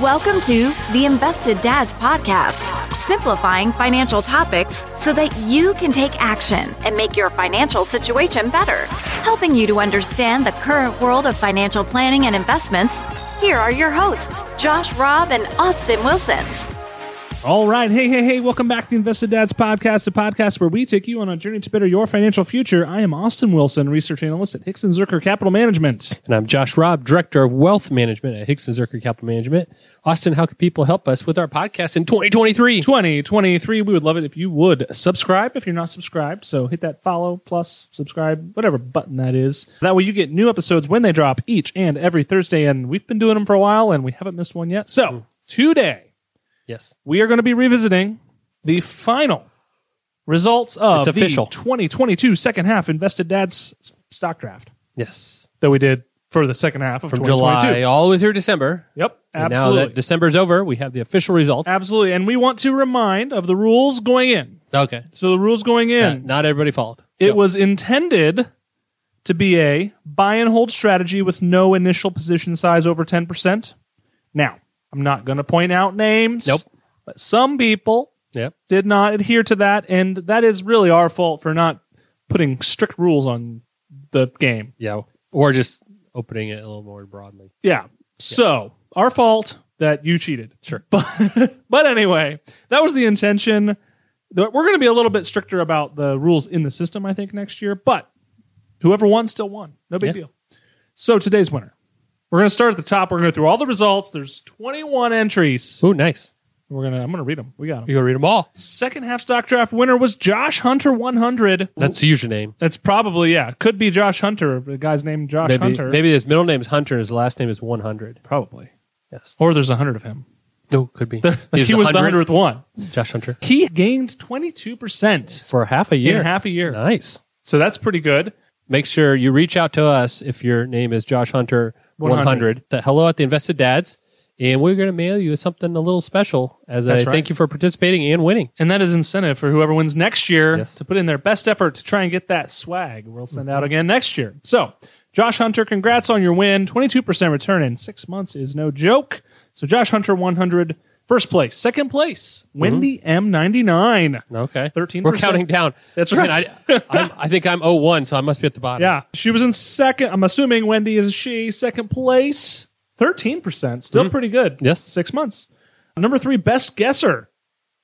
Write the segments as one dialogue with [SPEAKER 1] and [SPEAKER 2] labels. [SPEAKER 1] Welcome to the Invested Dads Podcast, simplifying financial topics so that you can take action and make your financial situation better. Helping you to understand the current world of financial planning and investments, here are your hosts, Josh Robb and Austin Wilson.
[SPEAKER 2] All right. Hey, hey, hey. Welcome back to Invested Dads Podcast, a podcast where we take you on a journey to better your financial future. I am Austin Wilson, research analyst at Hickson Zerker Capital Management.
[SPEAKER 3] And I'm Josh Robb, Director of Wealth Management at Hickson Zerker Capital Management. Austin, how can people help us with our podcast in 2023?
[SPEAKER 2] 2023, we would love it if you would subscribe if you're not subscribed. So hit that follow, plus, subscribe, whatever button that is. That way you get new episodes when they drop each and every Thursday. And we've been doing them for a while and we haven't missed one yet. So today,
[SPEAKER 3] Yes.
[SPEAKER 2] we are going to be revisiting the final results of
[SPEAKER 3] It's official.
[SPEAKER 2] the 2022 second half invested dad's stock draft
[SPEAKER 3] Yes.
[SPEAKER 2] that we did for the second half of
[SPEAKER 3] From
[SPEAKER 2] 2022.
[SPEAKER 3] July all the way through December.
[SPEAKER 2] Yep,
[SPEAKER 3] And
[SPEAKER 2] absolutely.
[SPEAKER 3] Now that December's over, we have the official results.
[SPEAKER 2] absolutely. And we want to remind of the rules going in.
[SPEAKER 3] Okay.
[SPEAKER 2] So the rules going in,
[SPEAKER 3] Not, not everybody followed.
[SPEAKER 2] it
[SPEAKER 3] Yep.
[SPEAKER 2] was intended to be a buy and hold strategy with no initial position size over 10%. Now, I'm not going to point out names.
[SPEAKER 3] Nope.
[SPEAKER 2] But some people
[SPEAKER 3] Yep.
[SPEAKER 2] did not adhere to that, and that is really our fault for not putting strict rules on the game.
[SPEAKER 3] Yeah. Or just opening it a little more broadly.
[SPEAKER 2] Yeah. So our fault that you cheated.
[SPEAKER 3] Sure.
[SPEAKER 2] But but anyway, that was the intention. Th- We're going to be a little bit stricter about the rules in the system, I think, next year. But whoever won still won. No big
[SPEAKER 3] Yeah.
[SPEAKER 2] deal. So today's winner. We're going to start at the top. We're going to go through all the results. There's 21 entries.
[SPEAKER 3] Oh, nice.
[SPEAKER 2] We're gonna. I'm going to read them. We got them.
[SPEAKER 3] You gonna read them all?
[SPEAKER 2] Second half stock draft winner was Josh Hunter 100.
[SPEAKER 3] That's the username.
[SPEAKER 2] That's probably yeah. Could be Josh Hunter. The guy's named Josh
[SPEAKER 3] Maybe,
[SPEAKER 2] Hunter.
[SPEAKER 3] maybe his middle name is Hunter and his last name is 100.
[SPEAKER 2] probably.
[SPEAKER 3] Yes.
[SPEAKER 2] Or there's a hundred of him.
[SPEAKER 3] No, could be. He's
[SPEAKER 2] he was the
[SPEAKER 3] 100th.
[SPEAKER 2] hundredth one.
[SPEAKER 3] Josh Hunter.
[SPEAKER 2] He gained twenty two percent
[SPEAKER 3] For half a year.
[SPEAKER 2] in half a year.
[SPEAKER 3] Nice.
[SPEAKER 2] So that's pretty good.
[SPEAKER 3] make sure you reach out to us if your name is Josh Hunter 100,
[SPEAKER 2] 100.
[SPEAKER 3] to hello at the invested dads. And we're going to mail you something a little special as
[SPEAKER 2] That's
[SPEAKER 3] a
[SPEAKER 2] right.
[SPEAKER 3] thank you for participating and winning.
[SPEAKER 2] And that is incentive for whoever wins next year
[SPEAKER 3] Yes.
[SPEAKER 2] to put in their best effort to try and get that swag we'll send out again next year. So, Josh Hunter, congrats on your win. 22% return in six months is no joke. So, Josh Hunter 100, first place. Second place,
[SPEAKER 3] Mm-hmm.
[SPEAKER 2] Wendy M99.
[SPEAKER 3] Okay.
[SPEAKER 2] 13%.
[SPEAKER 3] We're counting down.
[SPEAKER 2] That's
[SPEAKER 3] Man,
[SPEAKER 2] right.
[SPEAKER 3] I, I'm, I think I'm 01, so I must be at the bottom.
[SPEAKER 2] Yeah. She was in second. I'm assuming Wendy is she. Second place, 13%. Still pretty good.
[SPEAKER 3] Mm-hmm. Yes.
[SPEAKER 2] Six months. Number three, best guesser.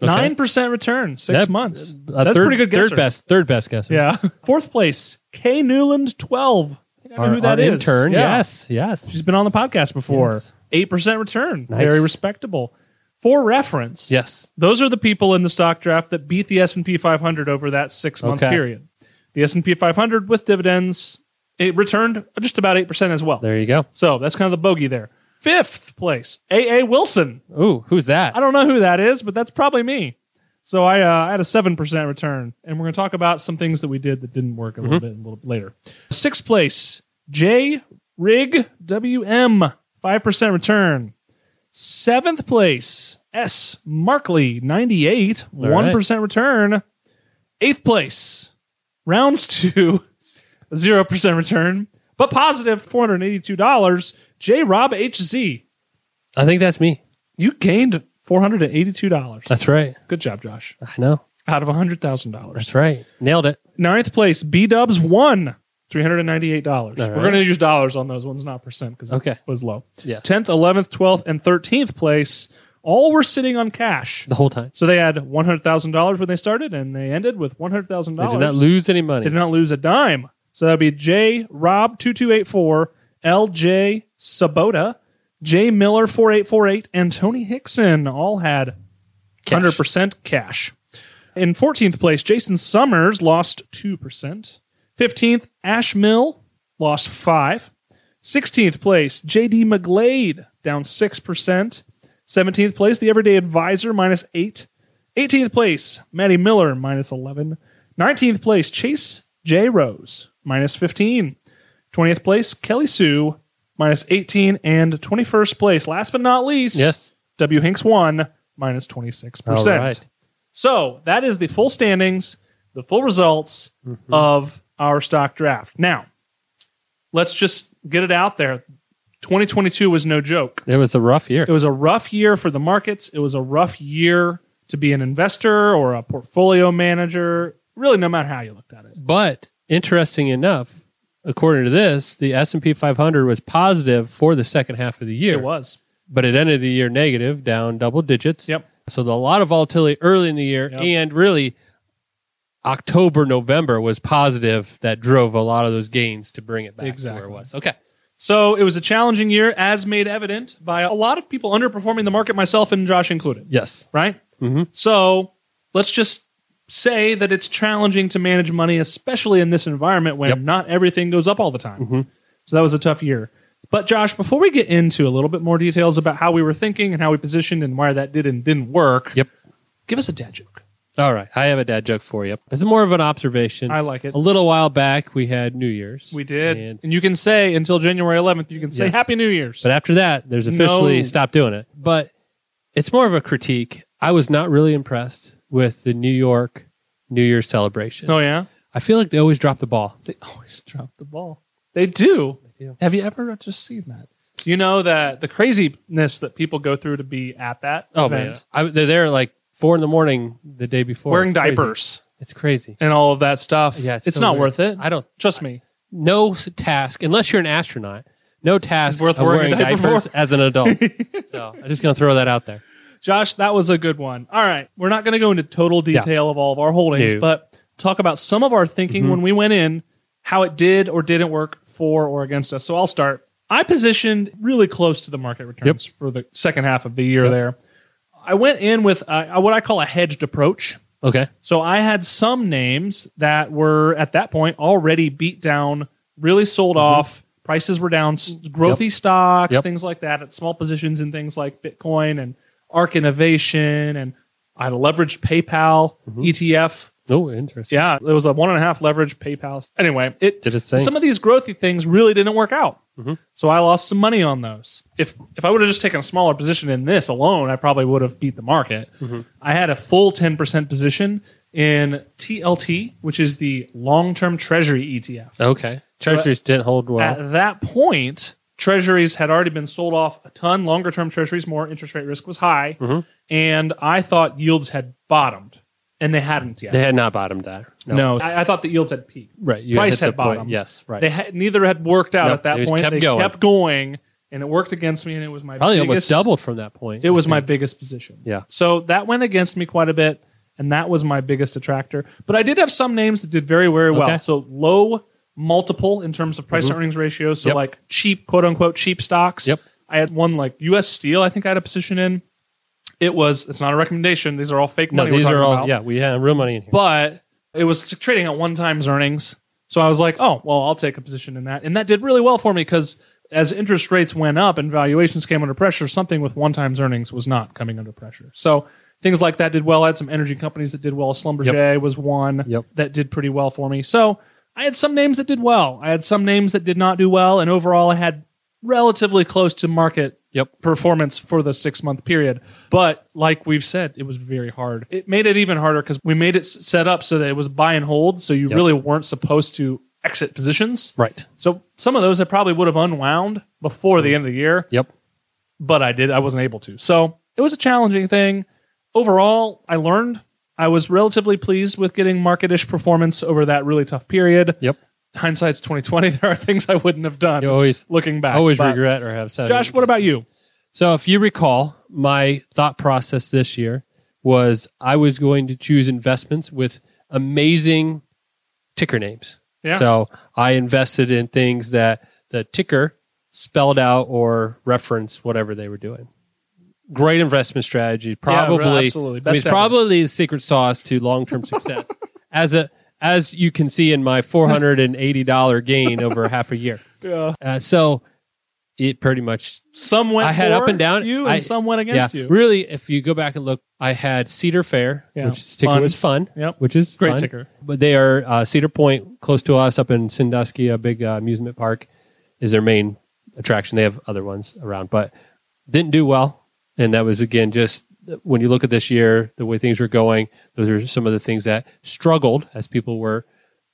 [SPEAKER 3] Okay.
[SPEAKER 2] 9% return, six
[SPEAKER 3] That-
[SPEAKER 2] months.
[SPEAKER 3] A
[SPEAKER 2] That's
[SPEAKER 3] third,
[SPEAKER 2] pretty good guesser.
[SPEAKER 3] Third best. Third best guesser.
[SPEAKER 2] Yeah. Fourth place, K Newland 12. I think I know
[SPEAKER 3] Our,
[SPEAKER 2] who that
[SPEAKER 3] our
[SPEAKER 2] is.
[SPEAKER 3] intern.
[SPEAKER 2] Yeah.
[SPEAKER 3] Yes. Yes.
[SPEAKER 2] She's been on the podcast before.
[SPEAKER 3] Yes.
[SPEAKER 2] 8% return.
[SPEAKER 3] Nice.
[SPEAKER 2] Very respectable. For reference,
[SPEAKER 3] Yes.
[SPEAKER 2] those are the people in the stock draft that beat the S&P 500 over that 6-month
[SPEAKER 3] Okay.
[SPEAKER 2] period. The S&P 500 with dividends, it returned just about 8% as well.
[SPEAKER 3] There you go.
[SPEAKER 2] So, that's kind of the bogey there. Fifth place, AA Wilson.
[SPEAKER 3] Ooh, who's that?
[SPEAKER 2] I don't know who that is, but that's probably me. So I, uh, I had a seven percent return, and we're going to talk about some things that we did that didn't work a little bit a little bit later. Sixth place, J Rig WM, five percent return. Seventh place, S Markley ninety eight,
[SPEAKER 3] right.
[SPEAKER 2] one percent return. Eighth place, rounds two, zero percent return, but positive four hundred eighty two dollars. J Rob HZ,
[SPEAKER 3] I think that's me.
[SPEAKER 2] you gained four hundred and eighty-two dollars.
[SPEAKER 3] That's right.
[SPEAKER 2] Good job, Josh.
[SPEAKER 3] I know.
[SPEAKER 2] Out of hundred thousand dollars.
[SPEAKER 3] That's right. Nailed it.
[SPEAKER 2] Ninth place, B Dubs won three hundred and ninety-eight dollars.
[SPEAKER 3] All
[SPEAKER 2] We're
[SPEAKER 3] right.
[SPEAKER 2] going to use dollars on those ones, not percent, because
[SPEAKER 3] Okay.
[SPEAKER 2] it was low.
[SPEAKER 3] Yeah.
[SPEAKER 2] Tenth, eleventh, twelfth, and thirteenth place, all were sitting on cash.
[SPEAKER 3] The whole time.
[SPEAKER 2] So they had one hundred thousand dollars when they started, and they ended with one hundred thousand
[SPEAKER 3] They
[SPEAKER 2] dollars.
[SPEAKER 3] did not lose any money.
[SPEAKER 2] They did not lose a dime. So that would be J Rob two two eight four, L J Sabota, J Miller four eight four eight, and Tony Hickson all had
[SPEAKER 3] Cash.
[SPEAKER 2] hundred percent cash. In fourteenth place, Jason Summers lost two percent. Fifteenth, Ash Mill lost five. Sixteenth place, J.D. McGlade down six percent. Seventeenth place, the Everyday Advisor minus eight. Eighteenth place, Maddie Miller minus eleven. Nineteenth place, Chase J. Rose minus fifteen. Twentieth place, Kelly Sue minus eighteen, and twenty-first place. Last but not least,
[SPEAKER 3] Yes.
[SPEAKER 2] W. Hinks won minus 26%.
[SPEAKER 3] All right.
[SPEAKER 2] So that is the full standings, the full results
[SPEAKER 3] Mm-hmm.
[SPEAKER 2] of our stock draft. Now, let's just get it out there. 2022 was no joke.
[SPEAKER 3] It was a rough year.
[SPEAKER 2] It was a rough year for the markets. It was a rough year to be an investor or a portfolio manager. Really, no matter how you looked at it.
[SPEAKER 3] But interesting enough, according to this, the S and P 500 was positive for the second half of the year.
[SPEAKER 2] It was.
[SPEAKER 3] but it ended the year negative, down double digits.
[SPEAKER 2] Yep.
[SPEAKER 3] So the, a lot of volatility early in the year,
[SPEAKER 2] Yep.
[SPEAKER 3] and really October, November was positive that drove a lot of those gains to bring it back to where
[SPEAKER 2] Exactly.
[SPEAKER 3] it was. Okay.
[SPEAKER 2] So it was a challenging year, as made evident by a lot of people underperforming the market, myself and Josh included.
[SPEAKER 3] Yes.
[SPEAKER 2] right?
[SPEAKER 3] Mm-hmm.
[SPEAKER 2] So let's just say that it's challenging to manage money, especially in this environment when
[SPEAKER 3] Yep. Mm-hmm.
[SPEAKER 2] not everything goes up all the time. So that was a tough year. But Josh, before we get into a little bit more details about how we were thinking and how we positioned and why that did and didn't work,
[SPEAKER 3] Yep.
[SPEAKER 2] give us a dad joke.
[SPEAKER 3] All right. I have a dad joke for you. It's more of an observation.
[SPEAKER 2] I like it.
[SPEAKER 3] A little while back, we had New Year's.
[SPEAKER 2] We did, and,
[SPEAKER 3] And-
[SPEAKER 2] you can say until January 11th, you can say
[SPEAKER 3] Yes.
[SPEAKER 2] Happy New Year's.
[SPEAKER 3] But after that, there's officially
[SPEAKER 2] No.
[SPEAKER 3] stopped doing it. But it's more of a critique. I was not really impressed with the New York New Year's celebration.
[SPEAKER 2] oh yeah,
[SPEAKER 3] I feel like they always drop the ball.
[SPEAKER 2] they always drop the ball. They do.
[SPEAKER 3] do.
[SPEAKER 2] Have you ever just seen that? You know that the craziness that people go through to be at that
[SPEAKER 3] Oh
[SPEAKER 2] event.
[SPEAKER 3] man, I, they're there at like four in the morning the day before,
[SPEAKER 2] wearing
[SPEAKER 3] It's crazy.
[SPEAKER 2] diapers
[SPEAKER 3] It's crazy.
[SPEAKER 2] and all of that stuff.
[SPEAKER 3] Yeah,
[SPEAKER 2] it's,
[SPEAKER 3] it's so
[SPEAKER 2] not
[SPEAKER 3] weird.
[SPEAKER 2] worth it.
[SPEAKER 3] I don't-
[SPEAKER 2] trust me.
[SPEAKER 3] No s- task unless you're an astronaut. No task
[SPEAKER 2] It's worth
[SPEAKER 3] of
[SPEAKER 2] wearing
[SPEAKER 3] wearing
[SPEAKER 2] a diaper
[SPEAKER 3] diapers as an adult. so I'm just gonna throw that out there.
[SPEAKER 2] Josh, that was a good one. All right, we're not going to go into total detail of all of our holdings,
[SPEAKER 3] No. Mm-hmm.
[SPEAKER 2] but talk about some of our thinking when we went in, how it did or didn't work for or against us. So I'll start. I positioned really close to the market returns for the second half of the year there. I went in with uh, what I call a hedged approach.
[SPEAKER 3] Okay.
[SPEAKER 2] So I had some names that were at that point already beat down, really sold off. Prices were down, s- growthy stocks,
[SPEAKER 3] Yep.
[SPEAKER 2] things like that, at small positions in things like Bitcoin and Arc Innovation. And I had a leveraged PayPal E ETF.
[SPEAKER 3] Oh, interesting.
[SPEAKER 2] Yeah, it was a one and a half leverage PayPal. Anyway, it
[SPEAKER 3] Did Mm-hmm. its thing.
[SPEAKER 2] Some of these growthy things really didn't work out, so I lost some money on those. If if I would have just taken a smaller position in this alone, I probably would have beat the market.
[SPEAKER 3] Mm-hmm.
[SPEAKER 2] I had a full ten percent position in TLT, which is the long term Treasury ETF.
[SPEAKER 3] Okay. Treasuries didn't hold well.
[SPEAKER 2] At that point, treasuries had already been sold off a ton. Longer term treasuries, more interest rate risk was high,
[SPEAKER 3] Mm-hmm.
[SPEAKER 2] and I thought yields had bottomed, and they hadn't yet.
[SPEAKER 3] They had not bottomed out.
[SPEAKER 2] No, I, I thought the yields had peaked.
[SPEAKER 3] Right, you
[SPEAKER 2] price
[SPEAKER 3] hit
[SPEAKER 2] had
[SPEAKER 3] the point.
[SPEAKER 2] bottom.
[SPEAKER 3] Yes, right.
[SPEAKER 2] They had, neither had worked out
[SPEAKER 3] Nope,
[SPEAKER 2] at that
[SPEAKER 3] it was-
[SPEAKER 2] point.
[SPEAKER 3] kept
[SPEAKER 2] they
[SPEAKER 3] going.
[SPEAKER 2] kept going, and it worked against me. And it was my
[SPEAKER 3] Probably
[SPEAKER 2] biggest,
[SPEAKER 3] almost doubled from that point.
[SPEAKER 2] It was my biggest position.
[SPEAKER 3] Yeah.
[SPEAKER 2] So that went against me quite a bit, and that was my biggest attractor. But I did have some names that did very very well.
[SPEAKER 3] Okay. Mm-hmm.
[SPEAKER 2] So low multiple in terms of price to earnings ratio. So
[SPEAKER 3] Yep.
[SPEAKER 2] like cheap quote unquote cheap stocks.
[SPEAKER 3] Yep.
[SPEAKER 2] I had one like U.S. Steel. I think I had a position in. It was. It's not a recommendation. These are all fake
[SPEAKER 3] No,
[SPEAKER 2] money. we're
[SPEAKER 3] these are
[SPEAKER 2] talking
[SPEAKER 3] all.
[SPEAKER 2] about
[SPEAKER 3] Yeah, we have real money in here.
[SPEAKER 2] but it was trading at one times earnings. So I was like, oh, well, I'll take a position in that. And that did really well for me because as interest rates went up and valuations came under pressure, something with one times earnings was not coming under pressure. So things like that did well. I had some energy companies that did well. Schlumberger was one
[SPEAKER 3] Yep.
[SPEAKER 2] that did pretty well for me. So I had some names that did well. I had some names that did not do well. And overall, I had relatively close to market
[SPEAKER 3] Yep.
[SPEAKER 2] performance for the six month period. But like we've said, it was very hard. It made it even harder because we made it s- set up so that it was buy and hold. So you really weren't supposed to exit positions.
[SPEAKER 3] Right.
[SPEAKER 2] So some of those I probably would have unwound before
[SPEAKER 3] Mm-hmm.
[SPEAKER 2] the end of the year,
[SPEAKER 3] Yep.
[SPEAKER 2] but I did. I wasn't able to. So it was a challenging thing. Overall, I learned. I was relatively pleased with getting market-ish performance over that really tough period.
[SPEAKER 3] Yep.
[SPEAKER 2] Hindsight's twenty twenty. There are things I wouldn't have done.
[SPEAKER 3] You always
[SPEAKER 2] looking back,
[SPEAKER 3] always
[SPEAKER 2] but-
[SPEAKER 3] regret or have. second
[SPEAKER 2] Josh, what about
[SPEAKER 3] guesses.
[SPEAKER 2] you?
[SPEAKER 3] So, if you recall, my thought process this year was I was going to choose investments with amazing ticker names.
[SPEAKER 2] Yeah.
[SPEAKER 3] So, I invested in things that the ticker spelled out or referenced whatever they were doing. Great investment strategy, probably
[SPEAKER 2] absolutely.
[SPEAKER 3] I mean,
[SPEAKER 2] Best
[SPEAKER 3] it's
[SPEAKER 2] ever.
[SPEAKER 3] probably the secret sauce to long-term success. as a as you can see in my $480 gain over half a year.
[SPEAKER 2] Yeah.
[SPEAKER 3] Uh, so it pretty much
[SPEAKER 2] Some went.
[SPEAKER 3] I had
[SPEAKER 2] for
[SPEAKER 3] up and down.
[SPEAKER 2] You and
[SPEAKER 3] I-
[SPEAKER 2] some went against
[SPEAKER 3] yeah.
[SPEAKER 2] you.
[SPEAKER 3] Really, if you go back and look, I had Cedar Fair,
[SPEAKER 2] Yeah.
[SPEAKER 3] which is ticker
[SPEAKER 2] Fun.
[SPEAKER 3] was fun.
[SPEAKER 2] Yep.
[SPEAKER 3] which is
[SPEAKER 2] Great
[SPEAKER 3] fun.
[SPEAKER 2] ticker.
[SPEAKER 3] But they are uh, Cedar Point, close to us, up in Sandusky, a big uh, amusement park, is their main attraction. They have other ones around, but didn't do well. And that was again just when you look at this year, the way things were going. Those are some of the things that struggled as people were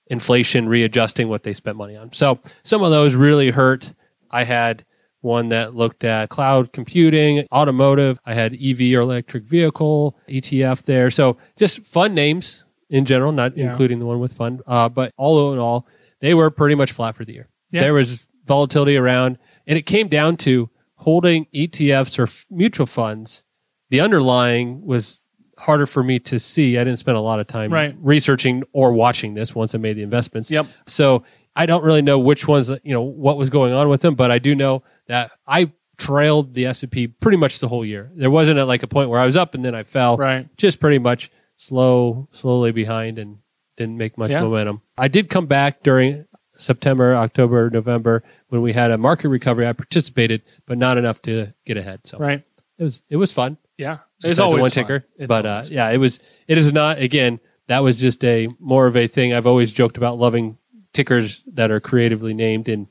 [SPEAKER 3] inflation readjusting what they spent money on. So some of those really hurt. I had one that looked at cloud computing, automotive. I had EV or electric vehicle, ETF there. So just fun names in general, not
[SPEAKER 2] Yeah.
[SPEAKER 3] including the one with fun. Uh, but all in all, they were pretty much flat for the year.
[SPEAKER 2] Yeah.
[SPEAKER 3] There was volatility around, and it came down to holding ETFs or f- mutual funds. The underlying was harder for me to see. I didn't spend a lot of time
[SPEAKER 2] Right.
[SPEAKER 3] researching or watching this once I made the investments.
[SPEAKER 2] Yep.
[SPEAKER 3] So I don't really know which ones, you know, what was going on with them, but I do know that I trailed the S&P pretty much the whole year. There wasn't a, like a point where I was up and then I fell.
[SPEAKER 2] Right.
[SPEAKER 3] Just pretty much slow, slowly behind and didn't make much
[SPEAKER 2] Yeah.
[SPEAKER 3] momentum. I did come back during September, October, November when we had a market recovery. I participated, but not enough to get ahead. So
[SPEAKER 2] Right.
[SPEAKER 3] it was it was fun.
[SPEAKER 2] Yeah.
[SPEAKER 3] Besides
[SPEAKER 2] It's
[SPEAKER 3] the
[SPEAKER 2] always
[SPEAKER 3] one
[SPEAKER 2] fun.
[SPEAKER 3] ticker.
[SPEAKER 2] It's
[SPEAKER 3] but uh,
[SPEAKER 2] always
[SPEAKER 3] yeah, it was. It is not again. That was just a more of a thing. I've always joked about loving tickers that are creatively named, and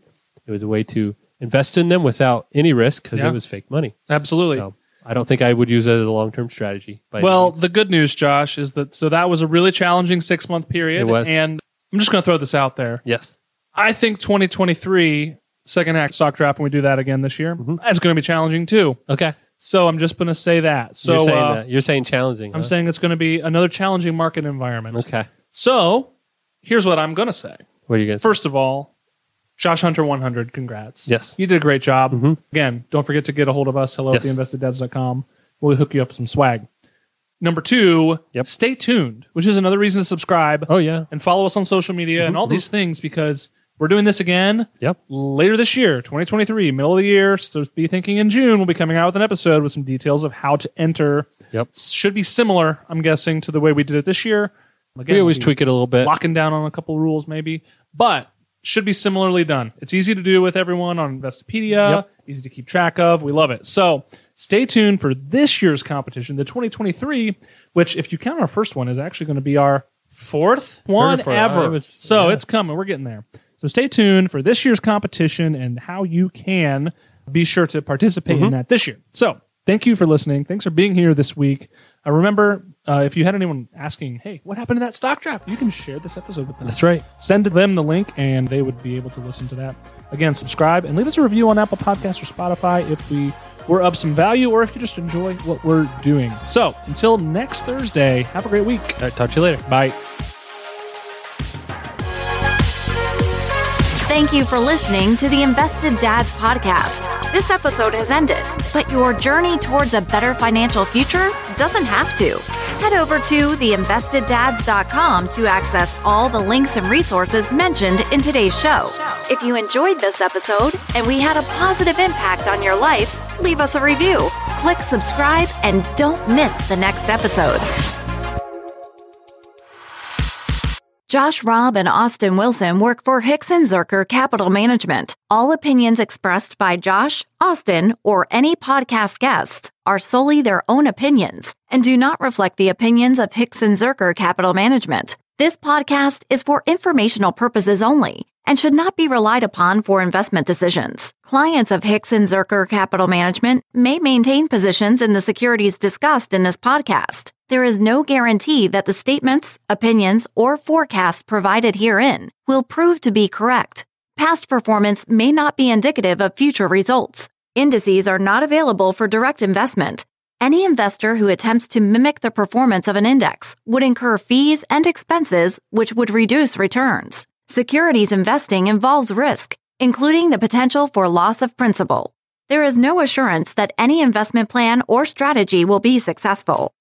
[SPEAKER 3] it was a way to invest in them without any risk because
[SPEAKER 2] Yeah.
[SPEAKER 3] it was fake money.
[SPEAKER 2] absolutely.
[SPEAKER 3] So I don't think I would use it as a long term strategy. by any
[SPEAKER 2] Well,
[SPEAKER 3] means.
[SPEAKER 2] the good news, Josh, is that so that was a really challenging six month period.
[SPEAKER 3] It was.
[SPEAKER 2] And I'm just going to throw this out there.
[SPEAKER 3] yes,
[SPEAKER 2] I think 2023 second half stock draft, when we do that again this year,
[SPEAKER 3] Mm-hmm.
[SPEAKER 2] that's going to be challenging too.
[SPEAKER 3] okay.
[SPEAKER 2] So I'm just going to say that. So
[SPEAKER 3] You're saying
[SPEAKER 2] uh,
[SPEAKER 3] that. You're saying challenging.
[SPEAKER 2] I'm
[SPEAKER 3] huh?
[SPEAKER 2] saying it's going to be another challenging market environment.
[SPEAKER 3] okay.
[SPEAKER 2] So here's what I'm going to say.
[SPEAKER 3] What are you going to say?
[SPEAKER 2] First of all, Josh Hunter 100, congrats.
[SPEAKER 3] Yes. Mm-hmm.
[SPEAKER 2] You did a great job. Again, don't forget to get a hold of us, hello
[SPEAKER 3] Yes.
[SPEAKER 2] at theinvesteddads.com. We'll hook you up with some swag. Number two,
[SPEAKER 3] Yep.
[SPEAKER 2] stay tuned, which is another reason to subscribe
[SPEAKER 3] Oh Mm-hmm, yeah.
[SPEAKER 2] and follow us on social media and all these things because we're doing this again
[SPEAKER 3] Yep.
[SPEAKER 2] later this year, 2023, middle of the year. So be thinking in June, we'll be coming out with an episode with some details of how to enter.
[SPEAKER 3] Yep.
[SPEAKER 2] Should be similar, I'm guessing, to the way we did it this year. Again,
[SPEAKER 3] We always
[SPEAKER 2] we-
[SPEAKER 3] tweak it a little bit.
[SPEAKER 2] locking down on a couple rules maybe, but should be similarly done. It's easy to do with everyone on Investopedia,
[SPEAKER 3] Yep.
[SPEAKER 2] easy to keep track of. We love it. So stay tuned for this year's competition, the 2023, which if you count our first one is actually going to be our fourth one
[SPEAKER 3] fourth.
[SPEAKER 2] ever.
[SPEAKER 3] Oh, it was-
[SPEAKER 2] so
[SPEAKER 3] yeah.
[SPEAKER 2] it's coming. We're getting there. So stay tuned for this year's competition and how you can be sure to participate
[SPEAKER 3] Mm-hmm.
[SPEAKER 2] in that this year. So thank you for listening. Thanks for being here this week. Uh, remember, uh, if you had anyone asking, hey, what happened to that stock draft? You can share this episode with them.
[SPEAKER 3] That's right.
[SPEAKER 2] Send them the link and they would be able to listen to that. Again, subscribe and leave us a review on Apple Podcasts or Spotify if we were of some value or if you just enjoy what we're doing. So until next Thursday, have a great week.
[SPEAKER 3] All right. Talk to you later.
[SPEAKER 2] Bye.
[SPEAKER 1] Thank you for listening to the Invested Dads podcast. This episode has ended, but your journey towards a better financial future doesn't have to. Head over to theinvesteddads.com to access all the links and resources mentioned in today's show. If you enjoyed this episode and we had a positive impact on your life, leave us a review, click subscribe, and don't miss the next episode. Josh Robb and Austin Wilson work for Hicks and Zerker Capital Management. All opinions expressed by Josh, Austin, or any podcast guests are solely their own opinions and do not reflect the opinions of Hicks and Zerker Capital Management. This podcast is for informational purposes only and should not be relied upon for investment decisions. Clients of Hicks and Zerker Capital Management may maintain positions in the securities discussed in this podcast. There is no guarantee that the statements, opinions, or forecasts provided herein will prove to be correct. Past performance may not be indicative of future results. Indices are not available for direct investment. Any investor who attempts to mimic the performance of an index would incur fees and expenses which would reduce returns. Securities investing involves risk, including the potential for loss of principal. There is no assurance that any investment plan or strategy will be successful.